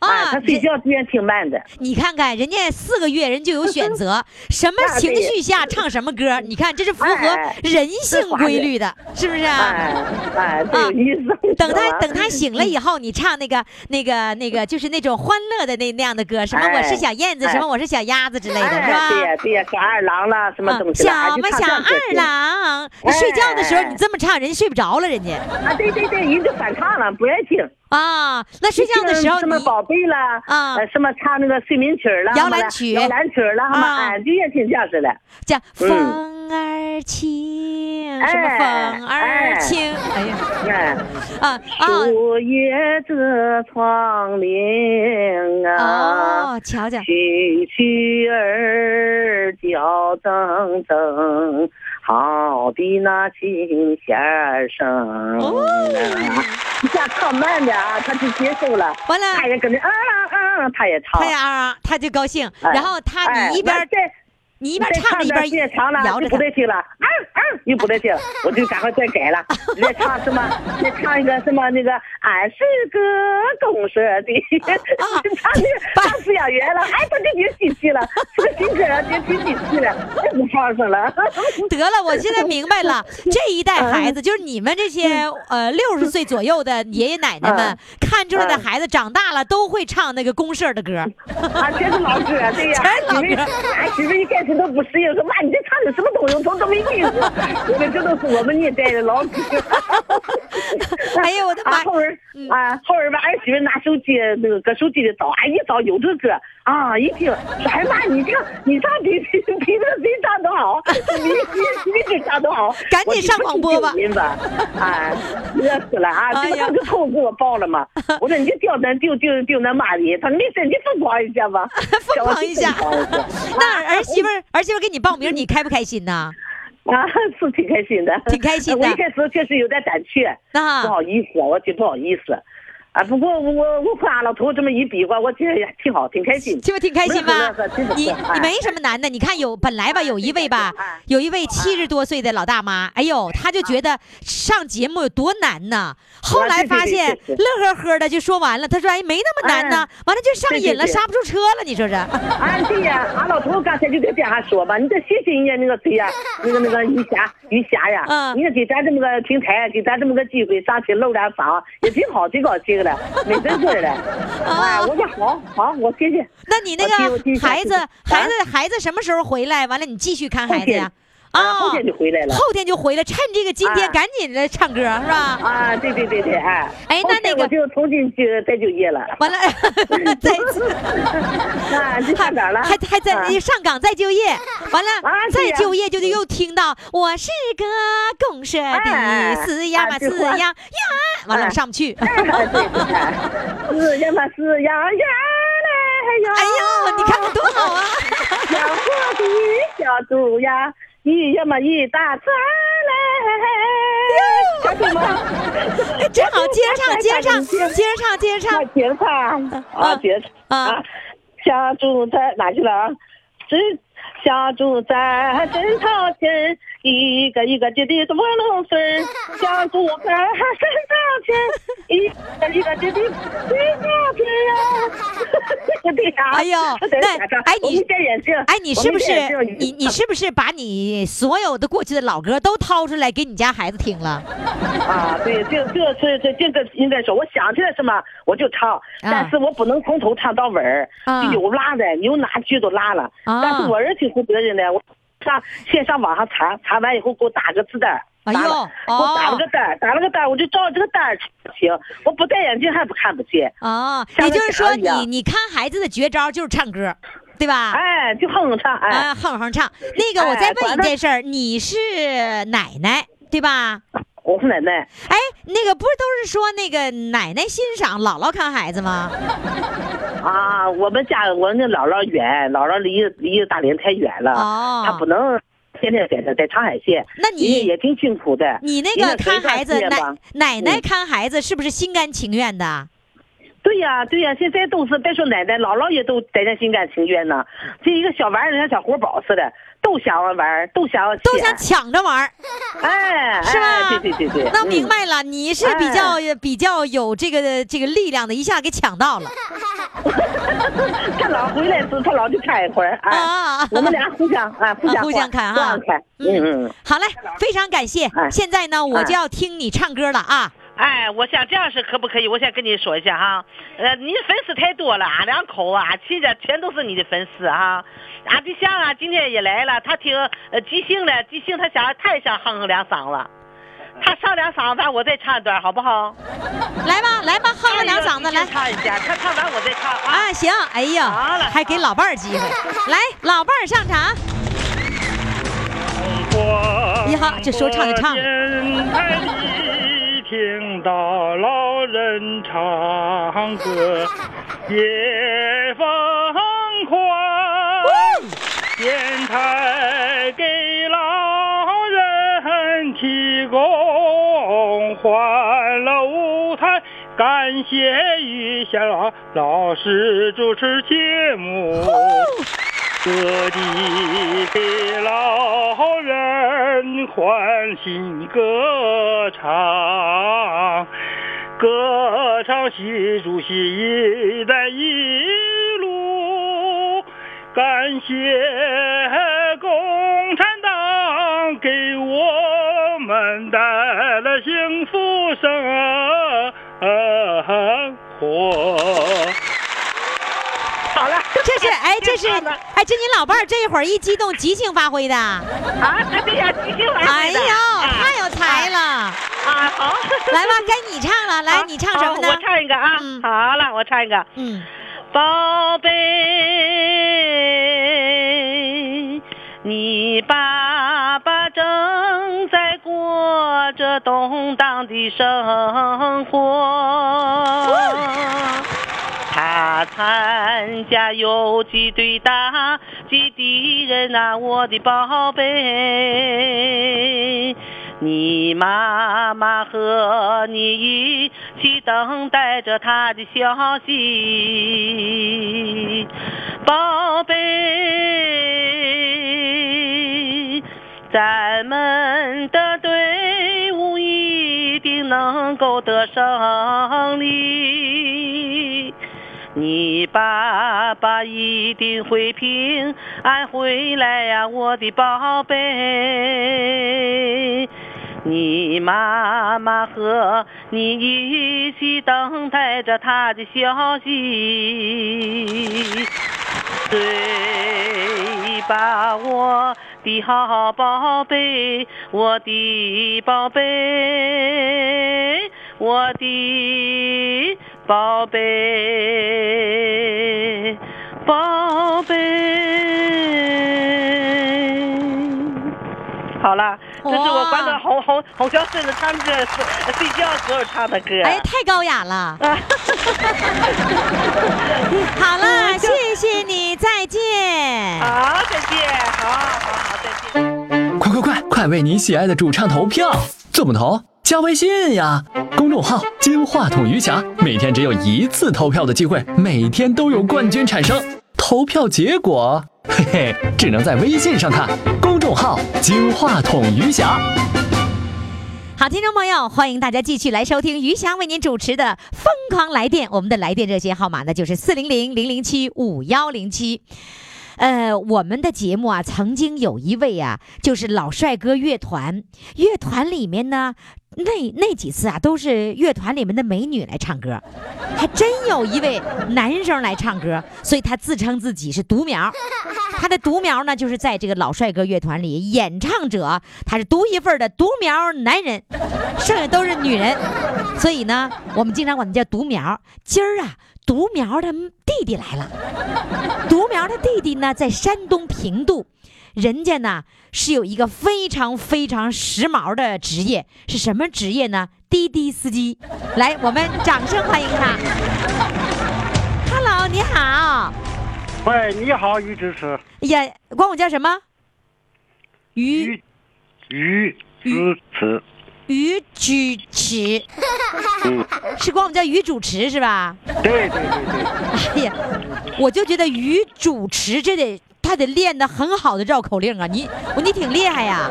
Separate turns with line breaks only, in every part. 哎，
啊，
他睡
人
觉之前挺慢的。
你看看人家四个月人就有选 择，什么情绪下唱什么歌，你看这是符
哎
合人性规律的，是不是啊？
哎哎，这有啊意思。
等他
是吧
等他醒了以后，你唱那个那个那个，就是那种欢乐的那那样的歌，什么
哎
我是小燕子，
哎
什么我是小鸭子之类的，是
哎，对
吧
呀？对呀，小二郎啦，什么
啊
东西
小
啦，哎
嘛
就唱
小
这样歌
二
行
郎，你睡觉的时候
哎
你这么唱，人家睡不着了，人家
啊，对对对，人就反唱了，不愿意听。
啊。那睡觉的时候
什么
你
宝贝啦，
啊
呃什么唱那个睡眠曲儿啦，
摇篮曲
什么摇篮曲儿啦，什么
啊
哎，就也挺像似的。
叫
嗯
风儿轻，什么风
哎
儿轻，哎呀
哎，
啊啊
树叶遮窗棂啊，
哦，瞧瞧，
蛐蛐儿叫铮铮，好的那琴弦儿声
哦
啊。一下唱慢点啊，他就接受了，
完
他
了，
也跟着啊啊啊，他也唱
他。呀啊，他就高兴，
哎
然后他
哎
你一边
那
儿
再
你
一
一边唱着一
时间
边
长了，
摇着
就不
他，
对劲了，啊啊，又 不对劲了，我就赶快再改了，再唱什么，再唱一个什么那个，俺是个公社的，
啊
唱那个
把
当饲养员了，哎，他就别起气了，这个新歌啊，别提起气了， 太不放声了，
得了，我现在明白了，这一代孩子就是你们这些呃六十岁左右的爷爷奶奶们
嗯
看出来的
嗯
孩子长大了都会唱那个公社的歌，
啊，全是老歌，对呀，
全是老
媳妇
歌
儿，俺媳妇儿一开始都不适应，说妈，你这唱的什么东西，我都没听过，因为这都是我们那代的老歌。
哎呀，我的妈嗯
啊，！后人啊，后人吧，儿媳妇拿手机那个搁手机里找，哎，一找有这歌啊，一听说哎妈，你唱你唱 比比比那谁唱都好，比比比谁唱都好，
赶紧上广播吧
我就不 信这个音吧，啊，热死了啊！
哎
这
呀
不当时扣给我报了吗？我说你就吊咱丢丢丢咱妈的，他说没事，你疯狂一 下吧，
疯狂一下
疯狂一下
那儿媳妇儿儿媳妇儿给你报名，你开不开心呐？
啊，是挺开心的，
挺开心的啊
我一开始确实有点胆怯。
那
不好意思，我觉得不好意思。啊，不过我我我和俺老头这么一比划，我觉得也挺好，挺开心。
这不挺开心吗
不是不是？
你
真不是
你没什么难的，你看有本来吧，有一位吧
哎，
有一位七十多岁的老大妈，哎呦，她就觉得上节目有多难呢。后来发现
对对对对
乐呵呵的就说完了，她说哎没那么难呢，完了就上瘾了，
对对对
刹不住车了，你说是？
啊，对呀、俺老头刚才就在电话说嘛，你得谢谢人家那个 谁呀、那个那个于霞于霞呀，
嗯
人家给咱这么个平台，给咱这么个机会上去露点嗓，也挺好，挺高兴的，没真事 儿的。
啊
哎，我说好好，我谢谢。
那你那
我记
个
我 记
孩子
啊
孩子孩子什么时候回来？完了你继续看孩子呀？
啊，后天就回来了。
后天就回来，趁哎这个今天
啊
赶紧的唱歌是吧？
啊，对对对对，哎，
哎那
后天
那个
我就重新就再就业 了，
完了，再
啊， 就上哪了？
还还在
啊
上岗再就 业，完了、
啊
再
对呀
就业就得又听到我是个公社
哎
的死呀
啊
嘛
这
死
话
呀呀，完了
哎
上不去。
是呀哎嘛是呀呀嘞呀！
哎呦，你看看多好啊！
养活的小猪呀，一呀嘛一大串嘞，小猪吗？
真好，接着
嗯
唱，接着唱，接着唱，接着
那
唱。
节唱啊节唱
啊
啊！小猪在哪去了啊？真小猪在真掏钱，一个一个接的窝龙孙儿。小猪在真掏钱，一个一个接的真掏钱呀！对呀，
哎呦
我在
那
想着
哎你
我没戴眼镜，
哎，你是不是
我没戴眼镜
你你是不是把你所有的过去的老歌都掏出来给你家孩子听了？
啊？对，这这这这这个应该说，我想起来什么我就唱，但是我不能从头唱到尾儿，
啊
就有拉的，有哪句都拉了。
啊
但是我儿子挺负责任的，我上先上网上查，查完以后给我打个字单儿。
哎呦
打了给我打了个单儿，打了个单儿，我就照这个单儿行。我不戴眼镜还不看不见，
啊，
像
也
个
就是
小
说
一
你
样
你看孩子的绝招就是唱歌，对吧？
哎，就哼哼唱，哎，
啊，哼哼唱。那个，我
哎
再问
管
一
他
件事儿，你是奶奶对吧？
我是奶奶，
哎，那个不是都是说那个奶奶欣赏，姥姥看孩子吗？
啊，我们家我那姥姥远，姥姥离离大连太远了，
哦
啊她不能天天在这，在长海县，
那你
也也挺辛苦的。
你那
人
个
家陪
看
伴
孩子，
事业
奶
吧
奶奶
嗯
看孩子是不是心甘情愿的？
对呀、对呀、现在都是别说奶奶、姥姥也都在这心甘情愿呢。这一个小玩意儿，像小活宝似的，都想玩儿，都想
都
抢
想抢着玩儿，
哎，
是吧？
哎、对对对对，哎
那明
嗯
白了，你是比较、比较有这个这个力量的，一下给抢到了
嗯他老回来时，他老就看一会儿，哎，
啊！
我们俩互相啊，互
啊
相
互相
换
看
互
啊
相看，嗯嗯，
好嘞，非常感谢。
哎
现在呢，我
哎
就要听你唱歌了啊！
哎，我想这样是可不可以？我想跟你说一下哈，呃，你粉丝太多了，俺两口啊，亲家全都是你的粉丝啊。俺对象啊，今天也来了，他听呃即兴了，即兴他想他也想哼哼两嗓子，他上两嗓子，我再唱一段好不好？
来吧，来吧，哼了两嗓子
他一个
来
即兴。唱一下，他唱完我再唱啊。
啊，行，哎呀
好嘞，
还给老伴儿机 会，来，老伴儿上场。哎你好，这说唱就唱了。
电台里听到老人唱歌，也疯狂。电台给老人提供欢乐舞台，感谢于霞老老师主持节目。各地给老人欢欣歌唱，歌唱习主席一带一路，感谢共产党给我们带来幸福生活。
好了，
这 是哎，这是
就唱吧
哎，这你老伴儿这一会儿一激动，即兴发挥的。
啊，他这样即兴完成的
哎哎呦，
啊
太有才了！
啊，好，
来吧，该你唱了，来，
好
你唱什么
好我
呢？
唱一个啊，
嗯
好了，我唱一个，啊
嗯，
宝贝，你爸爸正在过着动荡的生活。他参加游击队打击敌人呐、我的宝贝。你妈妈和你一起等待着他的消息，宝贝，咱们的队伍一定能够得胜利。你爸爸一定会平安回来呀、我的宝贝。你妈妈和你一起等待着他的消息。对吧，我的好宝贝，我的宝贝，我的宝贝，宝贝。好了，这是我
哇
管管侯侯侯孝顺的他们这睡觉时候唱的歌。
哎，太高雅 了。
啊
好了，
嗯
谢谢你，再见。
好，再见，好好好，再见。
快快快，快为你喜爱的主唱投票！怎么投？加微信呀，公众号“金话筒余霞”，每天只有一次投票的机会，每天都有冠军产生。投票结果，嘿嘿，只能在微信上看。公众号“金话筒余霞”。
好，听众朋友，欢迎大家继续来收听于翔为您主持的《疯狂来电》，我们的来电热线号码呢就是四零零零零七五幺零七。呃，我们的节目啊，曾经有一位啊，就是老帅哥乐团，乐团里面呢，那那几次啊，都是乐团里面的美女来唱歌，还真有一位男生来唱歌，所以他自称自己是独苗。他的独苗呢，就是在这个老帅哥乐团里，演唱者他是独一份儿的独苗男人，剩下都是女人。所以呢，我们经常管他叫独苗。今儿啊，独苗他弟弟来了。独苗他弟弟呢，在山东平度，人家呢是有一个非常非常时髦的职业，是什么职业呢？滴滴司机。来，我们掌声欢迎他。Hello，你好，
喂，你好，于支持，
也管我叫什么？于
于于支持，
于主持，是管我们叫于主持是吧？
对对对对，
哎呀，我就觉得于主持这得他得练得很好的绕口令啊！你我你挺厉害呀、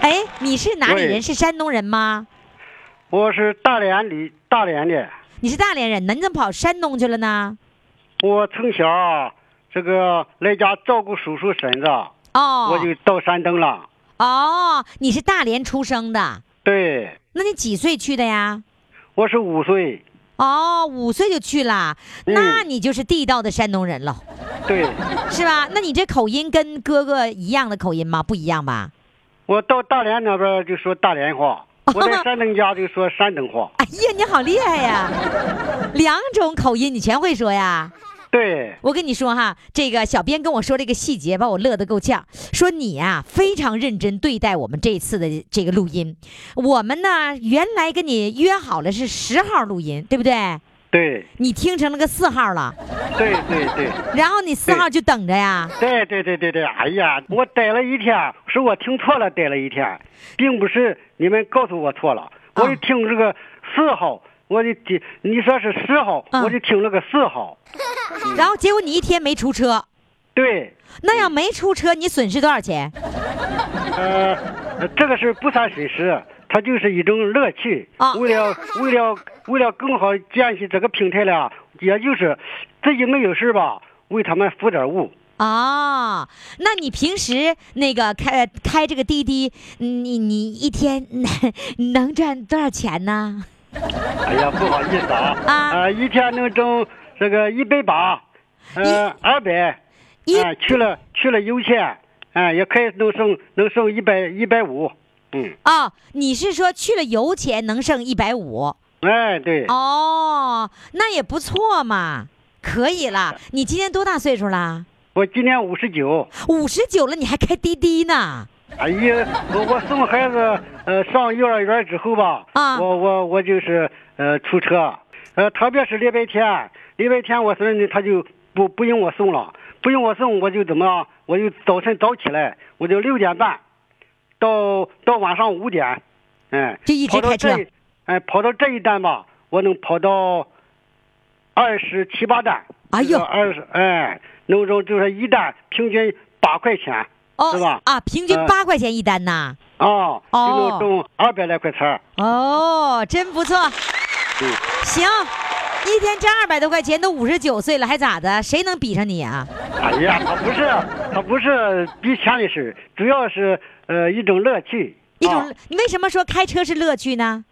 哎，你是哪里人？
对
是山东人吗？
我是大连的，大连的，
你是大连人呢？你怎么跑山东去了呢？
我从小啊这个在家照顾叔叔婶子，
哦
我就到山东了。
哦，你是大连出生的，
对，
那你几岁去的呀？
我是五岁，
哦，五岁就去了，
嗯
那你就是地道的山东人了，
对，
是吧？那你这口音跟哥哥一样的口音吗？不一样吧？
我到大连那边就说大 连话，我在山东家就说山东话。
哎呀，你好厉害呀！两种口音你全会说呀？
对，
我跟你说哈，这个小编跟我说这个细节，把我乐得够呛。说你呀、非常认真对待我们这次的这个录音。我们呢原来跟你约好了是十号录音，对不对？
对，
你听成了个四号了，
对对对。
然后你四
对
号就等着呀。
对对对对对，哎呀，我逮了一天，是我听错了，逮了一天，并不是你们告诉我错了，
哦
我就听这个四号，我就听你说是十号，
嗯
我就听了个四号，
然后结果你一天没出车，
对，
那要没出车，你损失多少钱？
呃，这个是不算损失，它就是一种乐趣。
啊
为了为了为了更好建起这个平台了，也就是自己没有事吧，为他们服点务。
哦，那你平时那个开开这个滴滴，你你一天能赚多少钱呢？
哎呀，不好意思啊，
啊
呃，一天能挣这个一百八，呃，二百，
一
哎，去了去了油钱，哎、也可以能剩能剩一百一百五，嗯，
哦，你是说去了油钱能剩一百五？
哎，对，
哦，那也不错嘛，可以了。你今年多大岁数了？
我今年五十九，
五十九了，你还开滴滴呢？
哎呀，我我送孩子呃上幼儿园之后吧，
啊
我我我就是呃出车，呃特别是礼拜天，礼拜天我孙子他就不不用我送了，不用我送我就怎么样，我就早晨早起来，我就六点半，到到晚上五点，嗯，
就一直
跑到
开车
这一，哎、跑到这一站吧，我能跑到二十七八站，
哎呦
二十哎，能挣就是一站平均八块钱，
哦，
是吧？
啊，平均
呃
八块钱一单呐。
啊，就
哦
能挣二百来块钱儿。
哦，真不错。
嗯
行，一天挣二百多块钱，都五十九岁了，还咋的？谁能比上你啊？
哎呀，他不是，他不是比钱的事，主要是呃一种乐趣。
一种，
啊、
你为什么说开车是乐趣呢？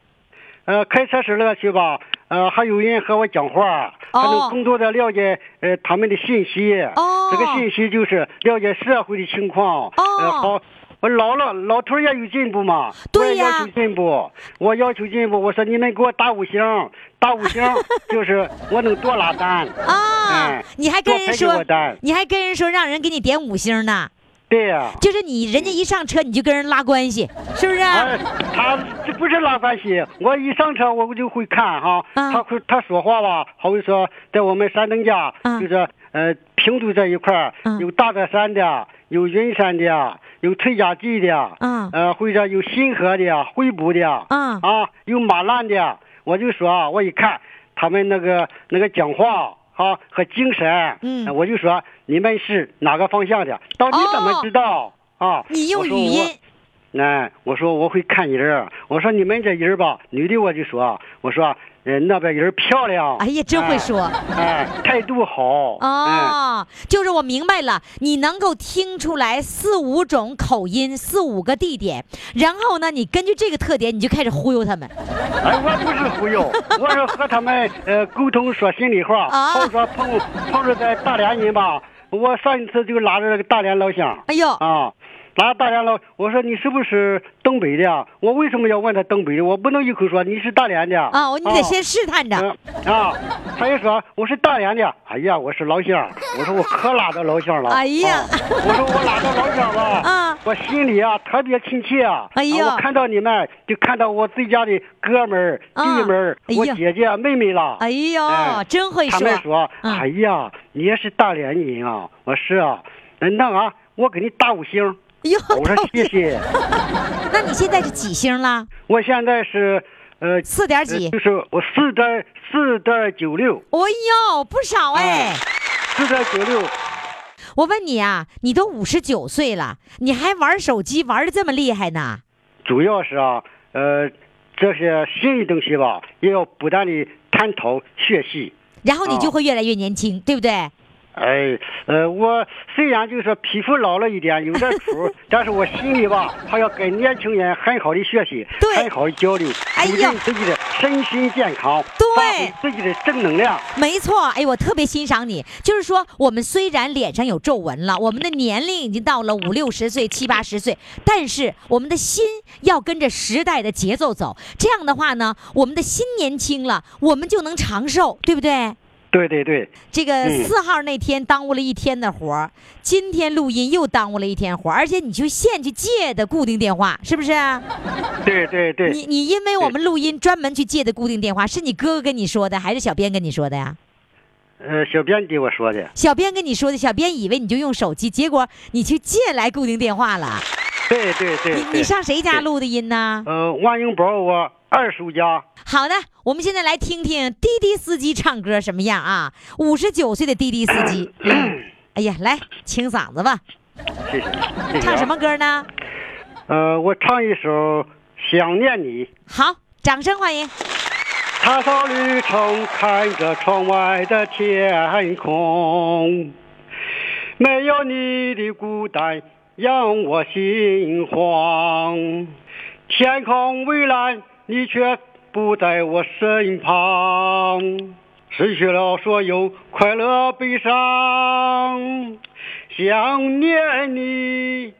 呃开车是乐趣吧，呃还有人和我讲话，
哦
还能更多的了解呃他们的信息。
哦
这个信息就是了解社会的情况。哦呃好。我老了，老头儿也有进步嘛，
对呀
我也要求进步，我要求进步。我说你们给我打五星，打五星 就是我能多拉单。
啊，
嗯
你还跟人
多陪陪
说
我单，
你还跟人说让人给你点五星呢，
对呀、
就是你人家一上车你就跟人拉关系，是不是啊、
哎，他这不是拉关系，我一上车我就会看哈，
啊
他会他说话吧，好比说在我们山东家，
啊
就是呃平度这一块儿、
啊
有大德山的，有云山的，有崔家集的，
啊
呃或者有新河的、惠普的，
啊
啊有马兰的，我就说啊我一看他们那个那个讲话。啊，和精神，
嗯
呃我就说你们是哪个方向的？到底怎么
哦
知道、啊？
你用
我
语
说我
音，
哎，我说我会看人儿，我说你们这人儿吧，女的我就说，我说人那边人儿漂亮，
哎呀，真会说。
哎，哎，态度好，哎，
哦，就是我明白了，你能够听出来四五种口音、四五个地点，然后呢，你根据这个特点，你就开始忽悠他们。
哎，我不是忽悠，我是和他们呃沟通说心里话，
啊
或者说碰碰着在大连人吧，我上一次就拉着那个大连老乡，
哎呦，
啊，拉大连了。我说你是不是东北的啊？我为什么要问他东北的？我不能一口说你是大连的
啊，我你得先试探着。
嗯啊，他就说我是大连的，哎呀，我是老乡，我说我可拉到老乡了，
哎呀
啊我说我拉到老乡了，
啊
我心里啊特别亲切啊，
哎呀
啊我看到你们就看到我自己家的哥们儿、弟
啊
们儿、
哎呀
我姐姐、妹妹了，
哎呦，
哎
真会
他
说。
们说，
嗯
哎呀，你也是大连人啊，我是啊，那那啊，我给你打 五星，
哎呦，
我说谢谢，
那你现在是几星啦？
我现在是呃
四点几
就？是我四点四点九六，
哎呦，不少哎！
嗯四点九六。
我问你啊，你都五十九岁了，你还玩手机玩的这么厉害呢？
主要是啊，呃，这些新的东西吧，也要不断的探讨学习。
然后你
啊
就会越来越年轻，对不对？
哎，呃，我虽然就是说皮肤老了一点，有点土，但是我心里吧，还要跟年轻人很好的学习，
对
很好的交流，
哎
促
呀
进自己的身心健康，
对
发挥自己的正能量。
没错，哎，我特别欣赏你。就是说，我们虽然脸上有皱纹了，我们的年龄已经到了五六十岁、七八十岁，但是我们的心要跟着时代的节奏走。这样的话呢，我们的心年轻了，我们就能长寿，对不对？
对对对，
这个
嗯
四号那天耽误了一天的活儿，今天录音又耽误了一天活儿，而且你去县去借的固定电话，是不是啊、
对对对。
你你因为我们录音专门去借的固定电话，是你哥哥跟你说的，还是小编跟你说的呀？
呃，小编给我说的，
小编跟你说的，小编以为你就用手机，结果你去借来固定电话了。
对对对
你
对
你上谁家录的音呢？
呃，万英宝我二叔家，
好的，我们现在来听听滴滴司机唱歌什么样啊？五十九岁的滴滴司机，哎呀，来清嗓子吧，
谢谢谢谢。啊
唱什？么歌呢？
呃，我唱一首《想念你》。
好，掌声欢迎。
踏上旅程，看着窗外的天空，没有你的孤单让我心慌。天空蔚蓝，你却不在我身旁，失去了所有快乐悲伤。想念你，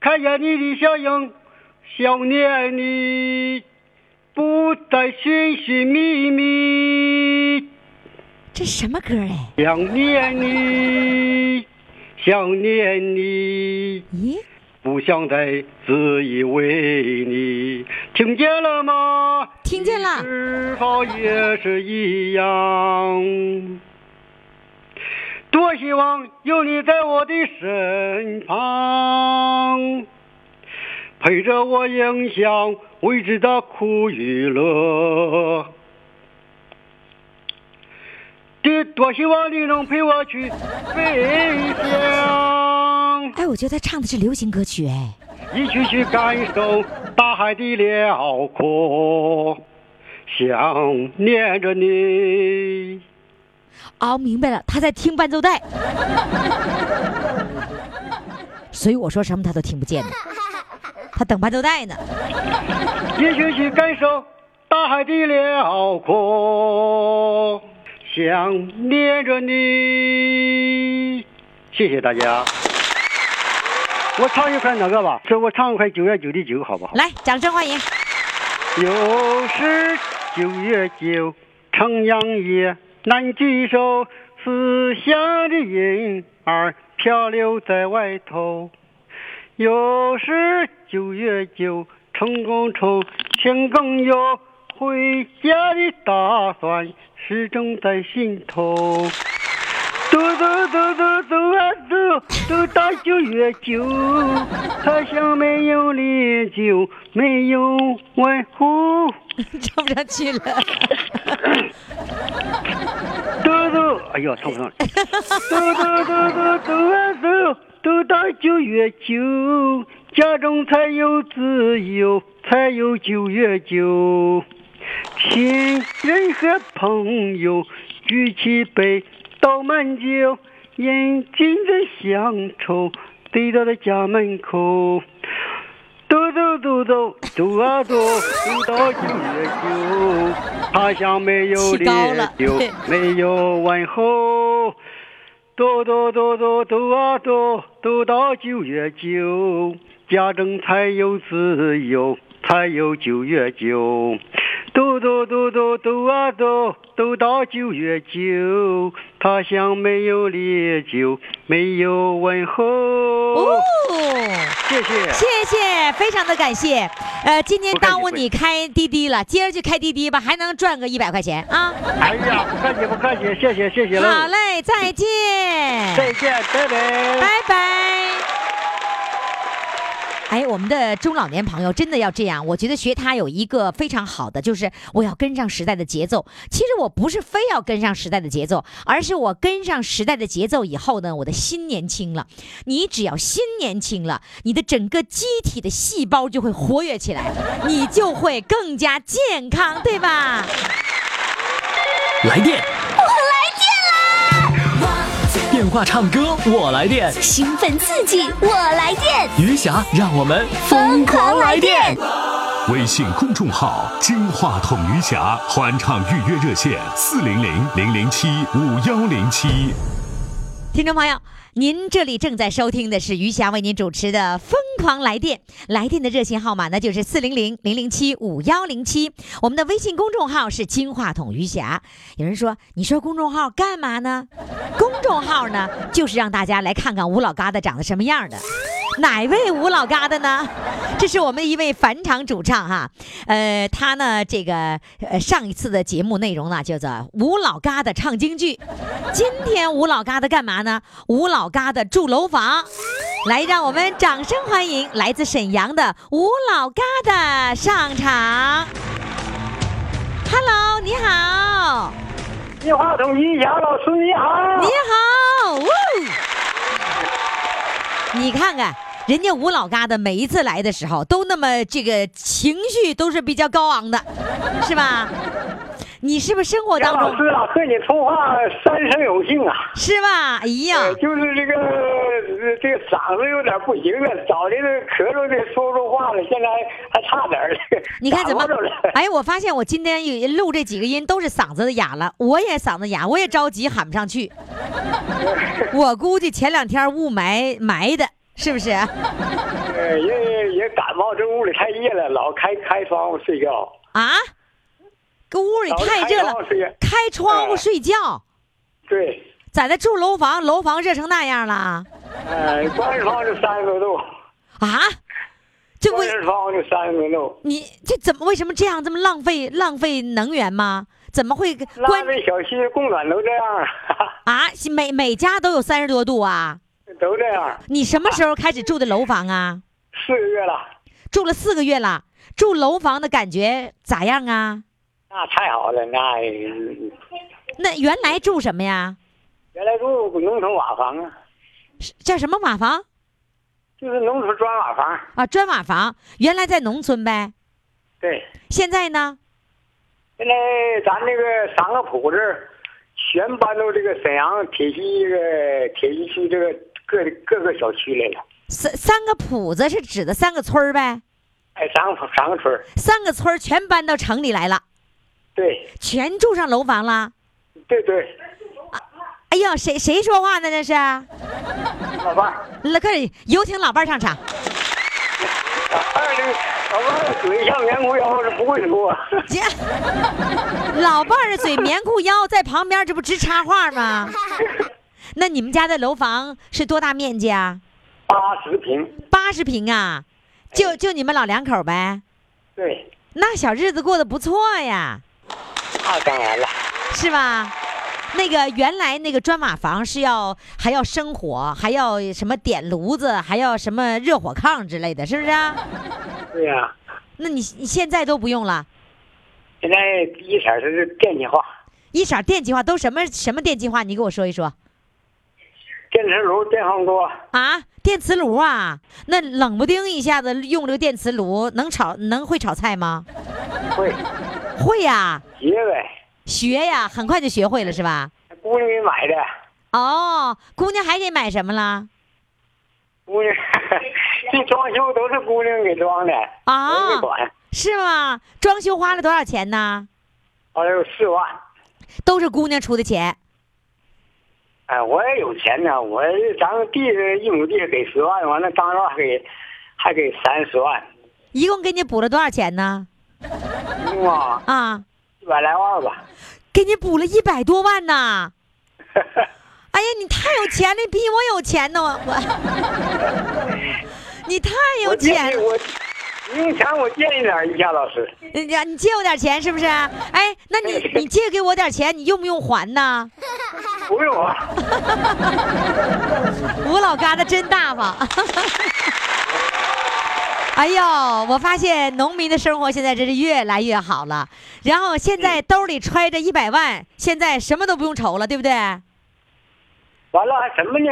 看见你的笑影，想念你。不再寻寻觅觅，
这什么歌哎？
想念你，想念你，
咦，
不想再自以为你，听见了吗？
听见了
你是否也是一样？多希望有你在我的身旁，陪着我影响未知的苦与乐。这多希望你能陪我去飞翔。
哎，我觉得他唱的是流行歌曲哎。
一起去感受大海的辽阔，想念着你。
哦，明白了，他在听伴奏带。所以我说什么他都听不见呢，他等伴奏带呢。
一起去感受大海的辽阔，想念着你。谢谢大家。我唱一块哪个吧？这我唱一块《九月九的九》，好不好？
来，掌声欢迎。
又是九月九，重阳夜，难聚首，思乡的云儿漂流在外头。又是九月九，春耕愁，情更有，回家的打算始终在心头。走走走走走啊走，走到九月九，他乡没有烈酒，没有温壶。
唱不上去了。
走走，哎呦，唱不上了。走走走走走啊走，走到九月九，家中才有自由，才有九月九。亲人和朋友举起杯，倒满酒，饮尽这乡愁，醉到了家门口。走走走走走啊走，走到九月九，他乡没有
起
烈
高了
酒
对，
没有问候。嘟嘟嘟嘟嘟啊嘟，嘟到九月九，家中才有自由，才有九月九。嘟嘟嘟嘟嘟啊嘟，嘟到九月九，他乡没有烈酒，没有问候。
哦，
谢谢。
谢谢，非常的感谢。呃，今天
不客气
耽误
不客
你开滴滴了，接着去开滴滴吧，还能赚个一百块钱啊！
哎呀，不客气不客气，谢谢谢谢
好
了。
嘞，再见，
再见，拜拜。
拜拜。哎，我们的中老年朋友真的要这样，我觉得学他有一个非常好的，就是我要跟上时代的节奏。其实我不是非要跟上时代的节奏，而是我跟上时代的节奏以后呢，我的心年轻了。你只要心年轻了，你的整个机体的细胞就会活跃起来，你就会更加健康，对吧？
来电，我来电啦！电话唱歌，我来电。
兴奋刺激，我来电，
余霞，让我们
疯狂来电！
微信公众号“金话筒余霞”欢唱预约热线：四零零零零七五幺零七。
听众朋友，您这里正在收听的是余霞为您主持的《疯狂来电》，来电的热线号码呢就是四零零零零七五幺零七，我们的微信公众号是金话筒余霞。有人说，你说公众号干嘛呢？公众号呢，就是让大家来看看吴老疙瘩长得什么样的。哪位吴老疙瘩呢？ 这是我们一位返场主唱哈，呃，他呢这个呃上一次的节目内容呢叫做吴老疙瘩唱京剧，今天吴老疙瘩干嘛呢？吴老疙瘩住楼房，来让我们掌声欢迎来自沈阳的吴老疙瘩上场。Hello，你好，
金话筒音响老师你好，
你好，呜！你看看人家吴老疙瘩，每一次来的时候都那么这个情绪都是比较高昂的，是吧？你是不是生活
杨
当
老师
中
啊，和你通话三生有幸啊，
是吧？哎呀，
呃就是这个呃这个嗓子有点不行了，早的咳嗽的说不出话了，现在还差点儿，
你看怎么
打不着了？
哎，我发现我今天有录这几个音都是嗓子哑了，我也嗓子哑，我也着急喊不上去。我估计前两天雾霾埋的，是不是？
呃也也感冒，这屋里太热了，老开开窗户睡觉，
啊，搁屋里
老是
太
开
热了
窗户，睡觉，
开窗户
哎
睡觉，
对，
咋的？住楼房，楼房热成那样了啊？
呃，关着窗户就三十 多度，
这
关
为
着窗户就三十多度，
你这怎么为什么这样这么浪费浪费能源吗？怎么会
拉
关
美小区供暖都这样啊，
啊？每每家都有三十多度啊？
都这样，
你什么时候开始住的楼房啊？
四个月了，
住了四个月了，住楼房的感觉咋样啊？
那太好了，那。
那原来住什么呀？
原来住农村瓦房啊，
是叫什么瓦房
就是农村砖瓦房。
啊？砖瓦房，原来在农村呗。
对，
现在呢？
现在咱这个三个铺子全搬到这个沈阳铁西这个铁西区这个各各个小区来了。
三三个铺子是指的三个村儿呗，
哎，三个三个村儿
三个村儿全搬到城里来了，
对
全住上楼房了。
对对，
哎呀，谁谁说话呢？这是，
老伴儿，
来，快点有请老伴儿上场。
老伴儿这个老伴儿嘴像棉裤腰，是不会说。
这 老伴儿的嘴棉裤腰在旁边，这不直插话吗？ 那你们家的楼房是多大面积啊？
八十平，
八十平啊，就就你们老两口呗，
对，
那小日子过得不错呀，
那当然了，
是吧？那个原来那个砖瓦房是要还要生火，还要什么点炉子，还要什么热火炕之类的，是不是、啊？
对呀、
那你你现在都不用了，
现在一色儿是电气化，
一色电气化都什么什么电气化？你给我说一说
电磁炉、电饭锅，
啊！电磁炉啊，那冷不丁一下子用这个电磁炉能炒能会炒菜吗？
会
会呀、
结呗。
学呀、很快就学会了是吧？
姑娘给买的。
哦，姑娘还给买什么了？
姑娘，这装修都是姑娘给装的，
啊
我没管，
是吗？装修花了多少钱呢？
完了有四万，
都是姑娘出的钱。
哎，我也有钱呢，我咱们地一亩地给十万，完了张照还给还给三十万，
一共给你补了多少钱呢？
哇，
啊，
一百来万吧。
给你补了一百多万呐！ 哎呀，你太有钱了，你比我有钱呢，我我， 你太有
我建
钱
议
了，
我零用钱我借一点一下，老师。
人家你借我点钱是不是？哎，那 你你借给我点钱，你用不用还呢？
不用啊，
吴老疙瘩真大方。 哎呦，我发现农民的生活现在真是越来越好了。然后现在
嗯
兜里揣着一百万，现在什么都不用愁了，对不对？
完了还什么呢？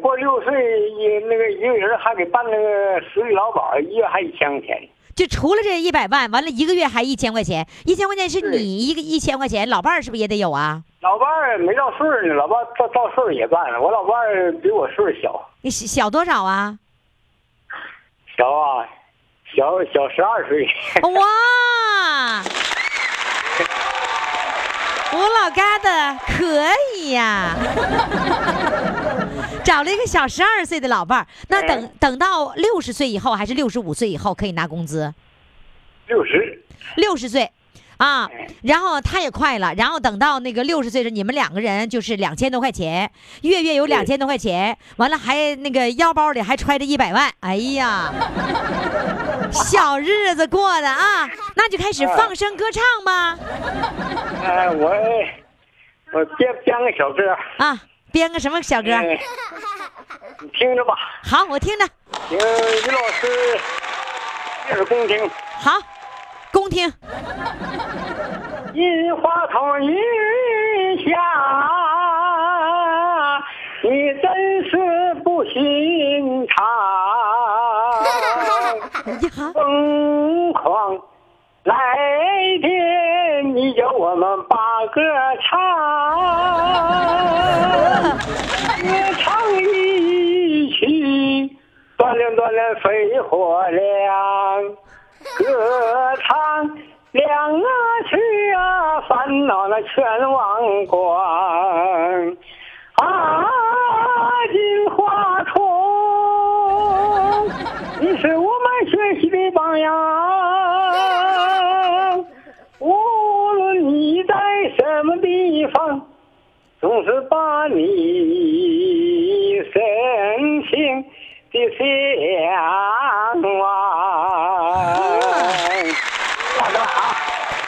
过六岁一那个一个人还给办那个十里劳保，一月还一千块钱。
就除了这一百万，完了一个月还一千块钱，一千块钱是
对
你一个一千块钱，老伴儿是不是也得有啊？
老伴儿没到岁儿呢，老伴儿到到岁儿也办了。我老伴儿比我岁儿小，
你小小多少啊？
小啊，小小十二岁。
哇！我老疙瘩可以呀、 找了一个小十二岁的老伴儿。那等等到六十岁以后，还是六十五岁以后可以拿工资？
六十，
六十岁，啊，然后他也快了，然后等到那个六十岁的你们两个人就是两千多块钱，月月有两千多块钱，完了还那个腰包里还揣着一百万，哎呀，小日子过的啊，那就开始放声歌唱吧，
哎、我我编编个小歌，
啊，编个什么小歌？
哎嗯你听着吧，
好，我听着，
听于老师这是公听。
好，公听，
金话筒一下，你真是不寻常，
你好，
疯狂。来电，你叫我们八个唱，歌唱一曲，锻炼锻炼肺活量。歌唱两啊去啊，烦恼那全忘光。啊，金花筒，你是我们学习的榜样。无论你在什么地方，总是把你深情的向往。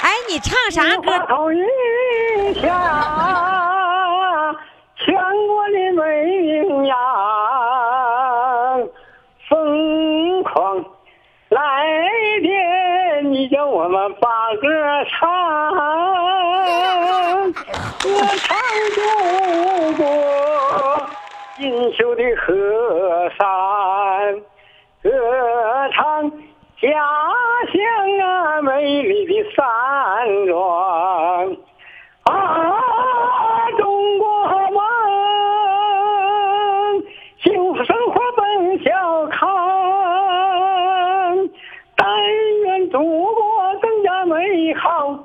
哎，你唱啥歌？
花头一下，全国的美名扬，疯狂来电，你叫我们把歌唱，歌唱祖国锦绣的河山，歌唱家乡啊美丽的山庄。啊，中国梦，幸福生活奔小康。但愿祖国更加美好，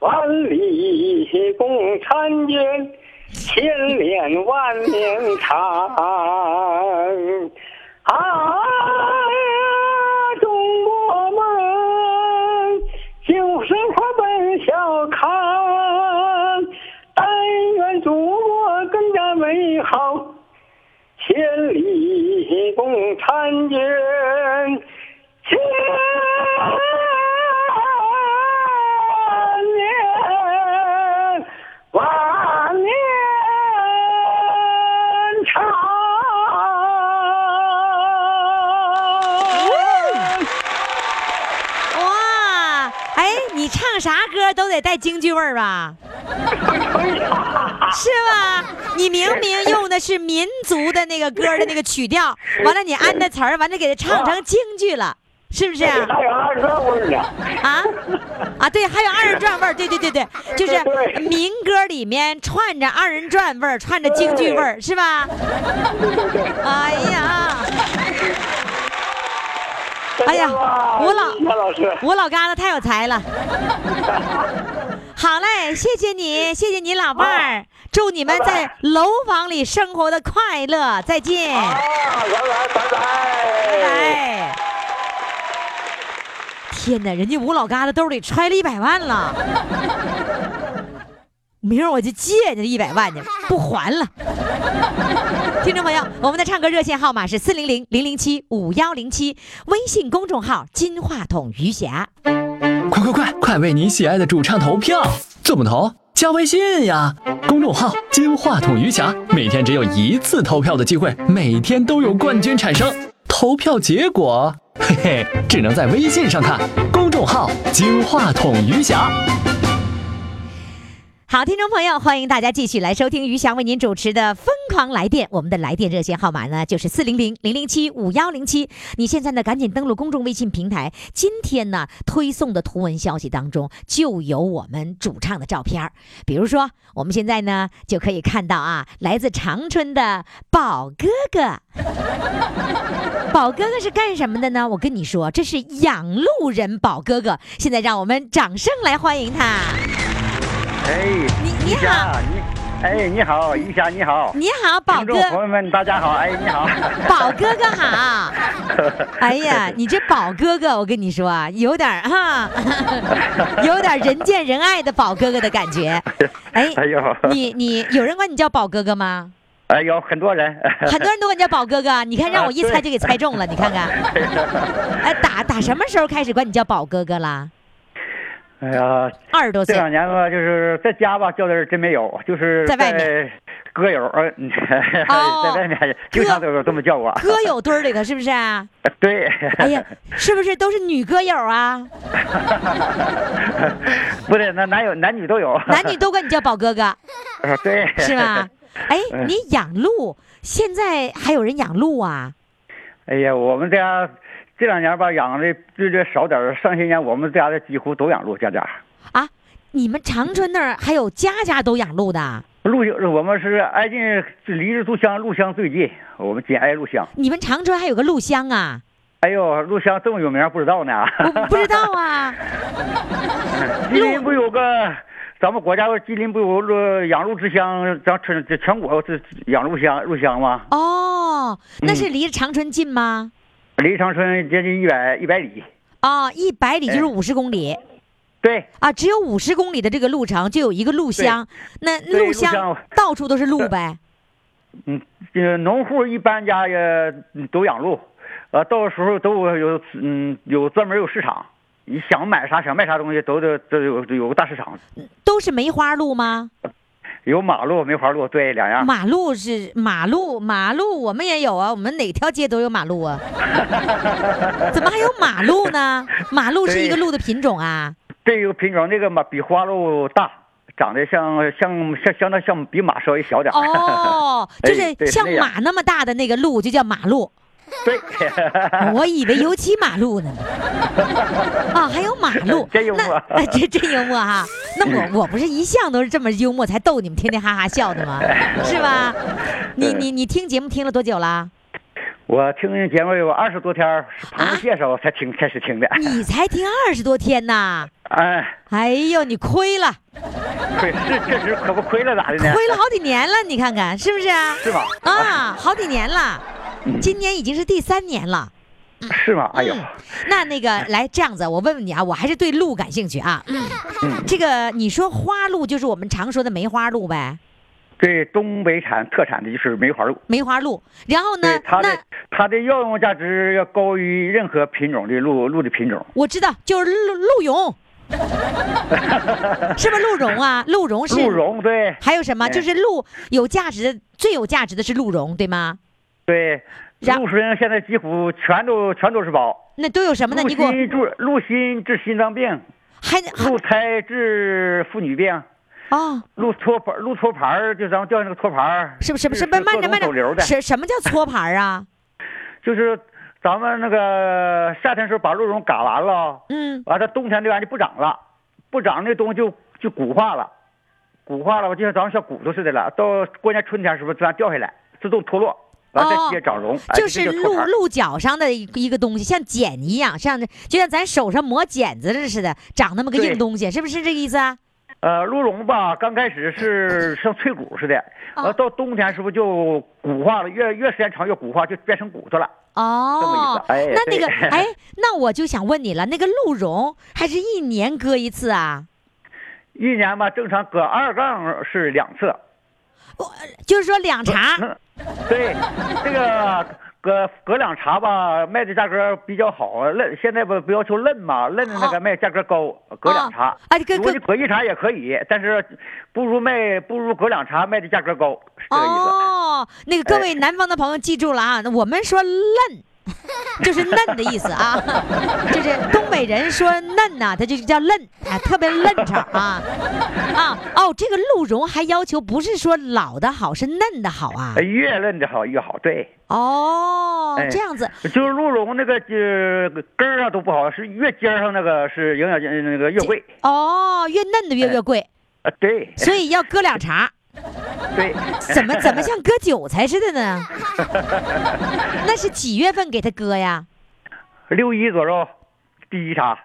万里共婵娟，千年万年长。啊，中国梦，幸福生活奔小康。但愿祖国更加美好。千里共婵娟，千年万年长。
哇，哎，你唱啥歌都得带京剧味儿吧？是吧？你明明用的是民族的那个歌的那个曲调，完了你安的词儿，完了给它唱成京剧了，是不是啊？
还有二哥味儿呢，
啊啊，对，还有二人转味儿，对对对对，就是
对
民歌里面串着二人转味儿，串着京剧味儿，是吧？哎呀，哎呀
真的吗
吴老
夏老师，
我老疙瘩太有才了。好嘞，谢谢你，谢谢你老伴儿，祝你们在楼房里生活的快乐，再见，
啊，拜拜拜
拜
拜。
拜。天哪，人家吴老疙瘩兜里揣了一百万了，明儿我就借你一百万去，不还了。听众朋友，我们的唱歌热线号码是四零零零零七五幺零七，微信公众号“金话筒余霞”。
快快快，快为你喜爱的主唱投票！怎么投？加微信呀，公众号“金话筒余霞”，每天只有一次投票的机会，每天都有冠军产生。投票结果，嘿嘿，只能在微信上看。公众号“金话筒余霞”。
好，听众朋友，欢迎大家继续来收听于翔为您主持的《疯狂来电》。我们的来电热线号码呢，就是四零零零零七五幺零七。你现在呢，赶紧登录公众微信平台，今天呢推送的图文消息当中就有我们主唱的照片儿。比如说，我们现在呢就可以看到啊，来自长春的宝哥哥。 宝哥哥是干什么的呢？我跟你说，这是养路人宝哥哥。现在让我们掌声来欢迎他。
哎，
你你
一
好。
霞，你，哎，你好，一霞，你好，
你好，宝
听众朋
哥，
友们，大家好，哎，你好，
宝哥哥 好。哎呀，你这宝哥哥，我跟你说啊，有点儿哈， 有点儿人见人爱的宝哥哥的感觉。哎，
哎呦
你你有人管你叫宝哥哥 吗？
哎有很多人，
很多人都管你叫宝哥哥，你看让我一
啊对
猜就给猜中了，你看看。哎，打打什么时候开始管你叫宝哥哥啦？
哎呀，
二十多岁
这两年吧，就是在家吧，叫的人真没有，就是
在外面
歌友，呃，嗯
哦
在外面经常都有这么叫我，
歌友堆儿里头是不是啊？
对，
哎呀，是不是都是女歌友啊？
不对，那男有男女都有，
男女都管你叫宝哥哥。
呃 对，
是 吧？？哎，
嗯
你养鹿，现在还有人养鹿啊？
哎呀，我们家这两年吧养的略略少点儿，上些年我们家的几乎都养鹿，家家。
啊，你们长春那儿还有家家都养鹿的？
鹿我们是挨近离着鹿乡，鹿乡最近，我们紧挨鹿乡。
你们长春还有个鹿乡 啊？
哎呦，鹿乡这么有名，不知道呢。
我不知道啊。
吉林不有个，咱们国家吉林不有鹿养鹿之乡，咱全这全国这养鹿乡鹿乡吗？
哦，那
嗯
是离长春近吗？
离长春接近一百一百里。
哦，一百里
哎
就是五十公里
对，
啊，只有五十公里的这个路程就有一个鹿乡，那
对
鹿
鹿
乡
乡
到处都是鹿呗。
嗯，呃，农户一般家也都养鹿，呃，到时候都有嗯有专门有市场，你想买啥想卖啥东西都得都有有个大市场，
都是梅花鹿吗？
有马路梅花鹿，对，两样。
马路是马路，马路我们也有啊，我们哪条街都有马路啊。 怎么还有马路 呢？马路是一个
对
鹿的品种 啊。
这个品种那个马比花鹿大，长得像像像相当像比马稍微小点儿。
哦，就
哎
是
对
像
那样
马那么大的那个鹿就叫马路，
对，
我以为尤其马路呢。啊，还有马路，
真幽默
那哎真真幽默 哈。那我我不是一向都是这么幽默才逗你们天天哈哈笑 的吗？是吧？你你你听节目听了多久了？
我听您节目有二十多天儿，是朋友介绍才听开始听的。
你才听二十多天呐！
哎，
哎呦，你亏了。
亏是这时可不亏了咋的呢？
亏了好几年了，你看看是不是啊？
是嗯吧
啊，好几年了，今年已经是第三年了。
是吗？哎呦，哎
嗯那那个来这样子，我问问你啊，我还是对鹿感兴趣啊。嗯，这个你说花鹿就是我们常说的梅花鹿呗，
这东北产特产的就是梅花鹿，
梅花鹿。然后
对
呢，
它
那
的它的药用价值要高于任何品种的鹿鹿的品种。
我知道就是鹿鹿 茸，是不是鹿茸啊？鹿茸是
鹿茸对
还有什么？
哎
就是鹿有价值的，最有价值的是鹿茸，对吗？
对，
然
鹿身上现在几乎全都全都是宝。
那都有什么呢？
鹿
你给我
心治鹿心治心 脏病，
还
鹿胎治妇女病，
还啊。
鹿托盘鹿托盘儿，就咱们叫那个托盘儿，
是不是不是
是
不是慢着慢
走流
着，
的，
什什么叫搓盘儿啊？
就是咱们那个夏天时候把鹿茸嘎完了，
嗯，
完了冬天这玩意儿就不长了，不长那东西就就骨化了，骨化了吧，就像咱们像骨头似的了。到过年春天是不是自然掉下来，自动脱落，完了再
哦
直接长茸，哎
就
这
是
叫托
鹿
盘儿
鹿角上的一一个东西，像茧一样，像就像咱手上磨茧子似的，长那么个
对
硬东西，是不是这个意思啊？
呃，鹿茸吧，刚开始是像脆骨似
啊
的，呃，到冬天是不是就骨化了？越越时间长越骨化，就变成骨头了。
哦，
这么意思哎
那那个
对
哎，那我就想问你了，那个鹿茸还是一年割一次啊？
一年吧，正常搁二杠是两次。
就是说两茬，
对，这个葛葛两茶吧，卖的价格比较好，嫩现在不不要求嫩嘛，嫩的那个卖价格高，葛两茶。
啊葛葛
如果你葛一茶也可以，但是不如卖不如葛两茶卖的价格高，是这个意思。哎
哦，那个各位南方的朋友记住了啊，那我们说 嫩。就是嫩的意思啊， 就是东北人说嫩呐、它就是叫嫩，哎，特别嫩茬啊，啊哦，这个鹿茸还要求不是说老的好，是嫩的好啊
哎，，越嫩的好越好，对。
哦
哎，
这样子，
就是鹿茸那个呃根儿啊都不好，是越尖儿上那个是营养呃那个越贵
哦，越嫩的越越贵，
啊，对
所以要搁两茬，
对，
怎么怎么像割韭菜似的 呢？那是几月份给他割呀？
六一左右第一茬，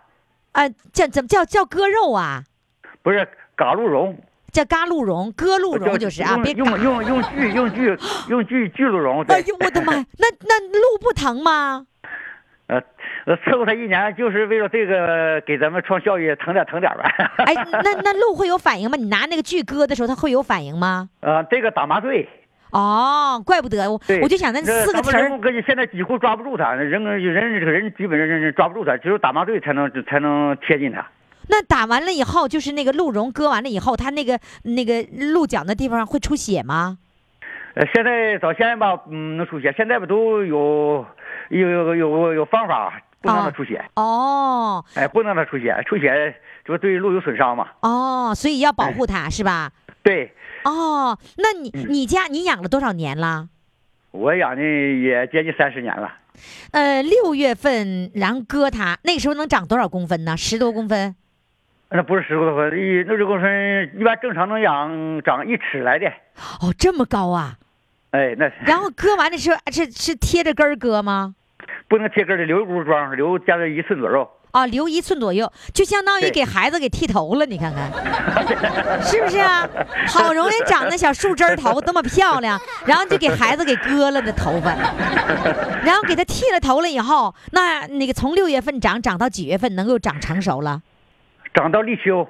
啊，叫怎么叫叫割肉啊？
不是嘎鹿茸，
叫嘎鹿茸，割鹿茸就是啊，
用
别嘎。
用用用锯 用锯用锯锯鹿茸，
哎
对，
呦，我的妈呀！那那鹿不疼吗？
呃呃伺候它一年就是为了这个给咱们创效益，疼点疼点呗，
哎，那那鹿会有反应吗？你拿那个锯割的时候，它会有反应吗？
呃这个打麻醉，
哦，怪不得我
对，
我就想那四个词
咱们人
儿
工科技现在几乎抓不住它，人工人人人基本上人人抓不住它，只有打麻醉才能才能贴近它。
那打完了以后，就是那个鹿茸割完了以后，它那个那个鹿角那地方会出血吗？
呃，现在早先吧，嗯，能出血，现在不都有有有有有方法，不能让它出血，
哦
哎，不能让它出血，出血这不对路有损伤嘛？
哦，所以要保护它是吧？
对，
哦，那你
嗯
你家你养了多少年了？
我养的也接近三十年了，
呃，六月份然后割它，那个时候能长多少公分呢？十多公分。
那不是十公分，一那十公分一般正常能养长一尺来的，
哦，这么高啊！
哎，那
然后割完的时候啊是是贴着根儿割吗？
不能贴根儿的，留一轱装，留加在一寸左右。
啊，留一寸左右，就相当于
对
给孩子给剃头了，你看看， 是不是啊？好容易长那小树枝儿头那么漂 亮，然后就给孩子给割了的头发，然后给他剃了头了以后，那那个从六月份长长到几月份能够长成熟了？
长到立秋，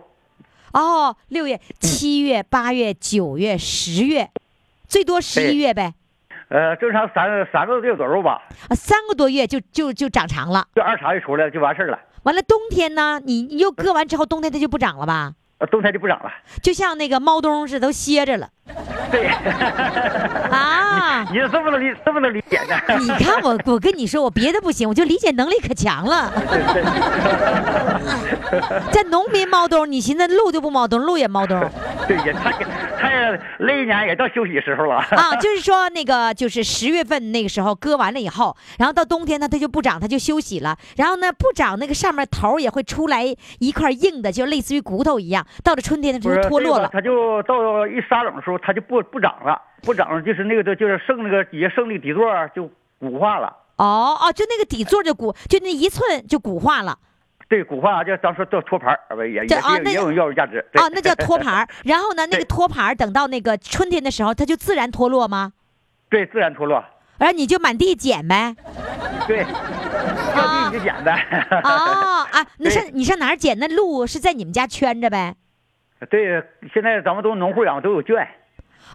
哦，六月、
嗯
七月、八月、九月、十月，最多十
对
一月呗，
呃，正常三三个月左右吧，
啊，三个多月就就就长长了。
就二茬就出来了，就完事儿了，
完了，冬天呢，你你又割完之后，冬天它就不长了吧？
呃冬天就不长了。
就像那个猫冬似的，都歇着 了。
对，
啊
，你是这么能理这么能理解的。
你看我，我跟你说，我别的不行，我就理解能力可强了。哎这农民猫冬，你寻思鹿就不猫冬，鹿也猫冬
对，也他也他也累一年也到休息时候了。
啊，就是说那个就是十月份那个时候割完了以后，然后到冬天呢，它就不长，它就休息了。然后呢，不长那个上面头儿也会出来一块硬的，就类似于骨头一样。到了春天的时
不
候
是
脱
这
落
个
了。
他就到一沙冷的时候，他就不不长了，不长了就是那个就是剩那个底下剩那个底座儿就骨化了，
哦哦，就那个底座就骨，就那一寸就骨化了。
对，骨化就咱说叫托盘儿，不哎也也
这啊
也
那
也有药用价值。对
啊，那叫托 盘儿。然后呢，那个
对
托盘儿等到那个春天的时候，它就自然脱落吗？
对自然脱
啊
落，
然后你就满地捡呗。
对，要地你就简单。
哦啊，那
对
上你上哪儿捡？那鹿是在你们家圈着呗？
对，现在咱们都农户养都有圈，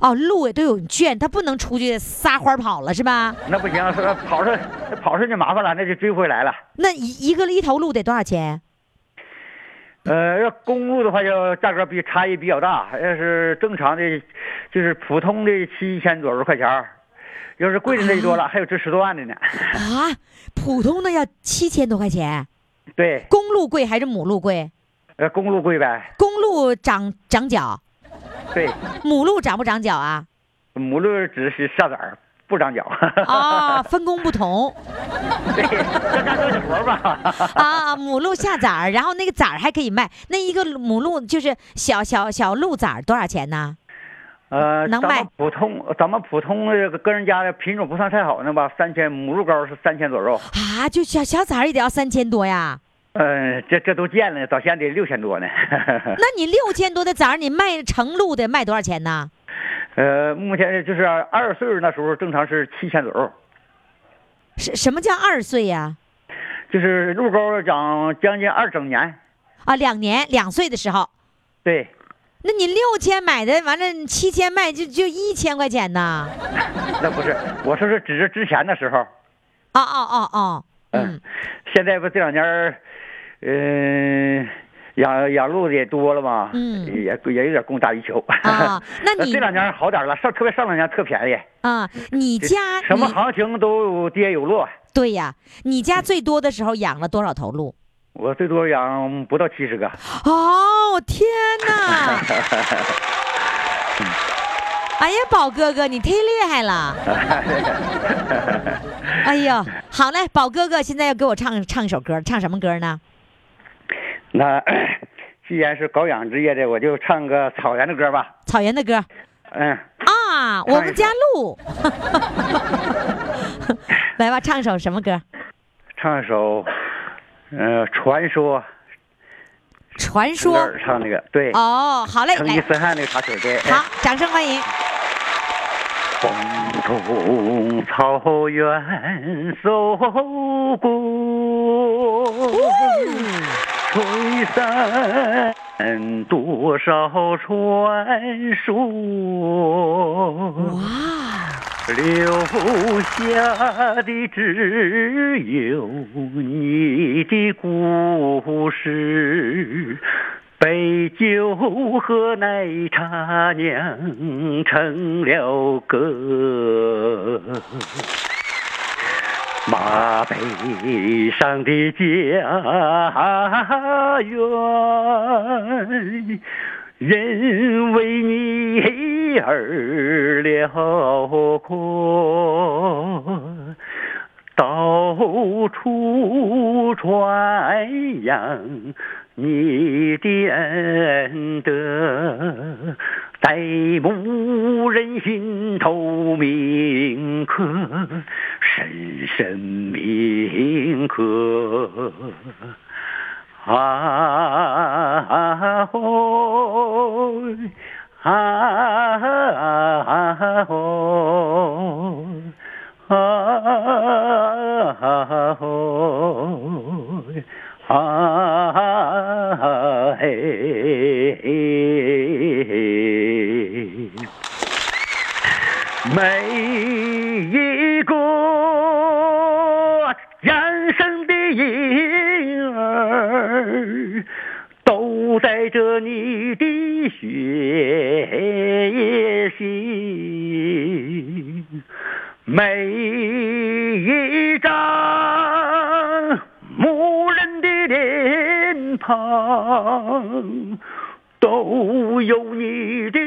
哦，鹿也都有圈，它不能出去撒欢儿跑了是吧？
那不行，说跑上跑上就麻烦了，那就追不回来了。
那一一个一头鹿得多少钱？
呃，要公路的话，要价格比差异比较大。要是正常的，就是普通的七千左右块钱儿要是贵的那就多了，还有值十多万的呢。
啊，普通的要七千多块钱。
对，
公鹿贵还是母鹿贵？
呃，公路贵呗。
公鹿长长角，
对，
母鹿长不长角啊？
母鹿只是下崽儿，不长脚。
啊，分工不同。
对， 要干多点活儿吧。
啊，母鹿下崽儿，然后那个崽儿还可以卖。那一个母鹿就是小小小鹿崽儿多少钱呢？
呃，
能
咱
卖
们普通，咱们普通的跟人家的品种不算太好呢吧，三千，母鹿羔是三千左右。
啊，就小小崽儿也得要三千多呀。
呃
嗯、这这都建了，到现在得六千多 呢。
那你六千多的崽儿，你卖成路的卖多少钱呢？
呃，目前就是二岁儿那时候正常是七千左右，
什什么叫二岁呀、
就是入高涨将近二整年。
啊？两年两岁的时候，
对，
那你六千买的，完了七千卖就就一千块钱呐？
那不是，我说是指着之前的时候。
哦哦哦哦，嗯
嗯，现在不这两年儿，嗯、养养鹿的也多了嘛，
嗯
也也有点供大于求。
啊 那你
这两年好点儿了，上特别上两年特便宜，
啊，你家
什么
你
行情都有跌有落。
对呀，你家最多的时候养了多少头鹿？
我最多养不到七十个，
哦，天哪！哎呀，宝哥哥，你忒厉害了！ 哎呦，好嘞，宝哥哥，现在要给我唱唱一首歌，唱什么歌呢？
那 既然是搞养殖业的，我就唱个草原的歌吧。
草原的歌
嗯，
啊，我们家鹿。 来吧，唱首什么歌？
唱一首，呃，传说
传
歌
说。
儿唱那个，对，
哦，好嘞，
成吉
来，
思汗那个插曲儿，对。哎
好，掌声欢迎。
风中草原走过，吹散多少传说，留下的只有你的故事。杯酒和奶茶酿成了歌，马背上的啊家园，人为你而辽阔。到处传扬你的恩德，在牧人心头铭刻，深深铭刻。啊吼！啊吼！啊吼！啊嘿！每一个养生的婴儿，都带着你的血性，每一张牧人的脸庞。都有你的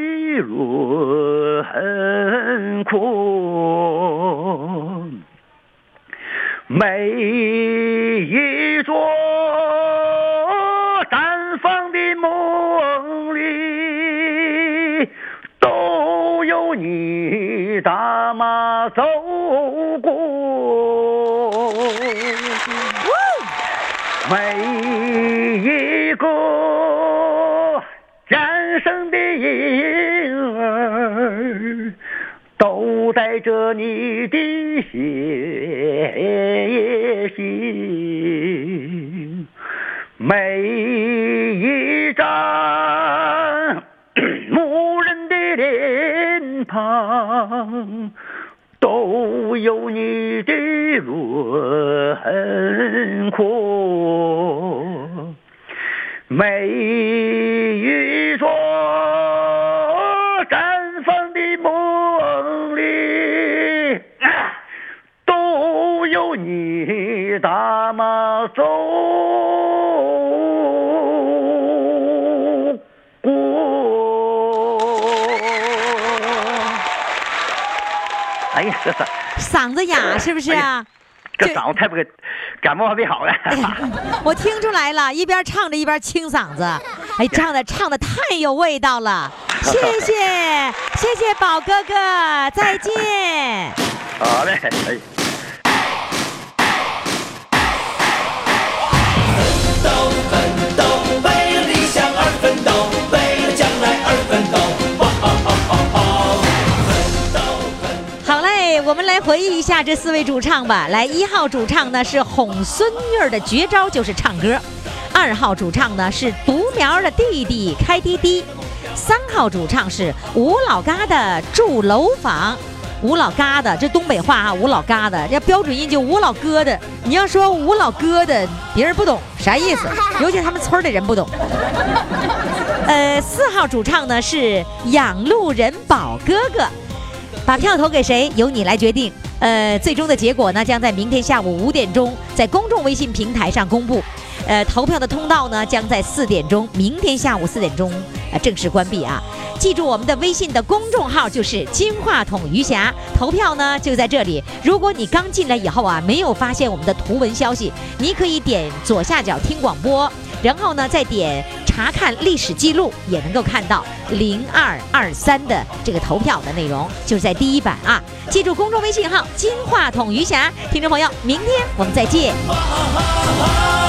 轮廓，每一座绽放的梦里，都有你大马走过。每一个战胜的婴儿，都带着你的血性，每一张 牧人的脸庞。都有你的轮廓，每一座绽放的梦里，都有你大马走过。哎呀，这嗓
嗓子哑是不是啊？
这
这
嗓子太不给，感冒还没好呢。
哎
我听出来了，一边唱着一边清嗓子，哎，唱的唱的太有味道了，谢谢谢谢宝哥哥，再见。
好嘞，哎。
奋斗，
我们来回忆一下这四位主唱吧。来，一号主唱呢是哄孙女儿的绝招就是唱歌，二号主唱呢是独苗儿的弟弟开滴滴，三号主唱是吴老嘎的住楼房。吴老嘎的，这东北话啊，吴老嘎的，这标准音就吴老哥的。你要说吴老哥的，别人不懂啥意思，尤其他们村儿的人不懂。呃，四号主唱呢是养路人宝哥哥，把票投给谁由你来决定。呃，最终的结果呢将在明天下午五点钟在公众微信平台上公布。呃，投票的通道呢将在四点钟，明天下午四点钟呃正式关闭啊。记住我们的微信的公众号就是“金话筒余霞”，投票呢就在这里。如果你刚进来以后啊，没有发现我们的图文消息，你可以点左下角听广播，然后呢再点查看历史记录，也能够看到零二二三的这个投票的内容，就是在第一版啊。记住公众微信号“金话筒余霞”，听众朋友，明天我们再见。
啊啊啊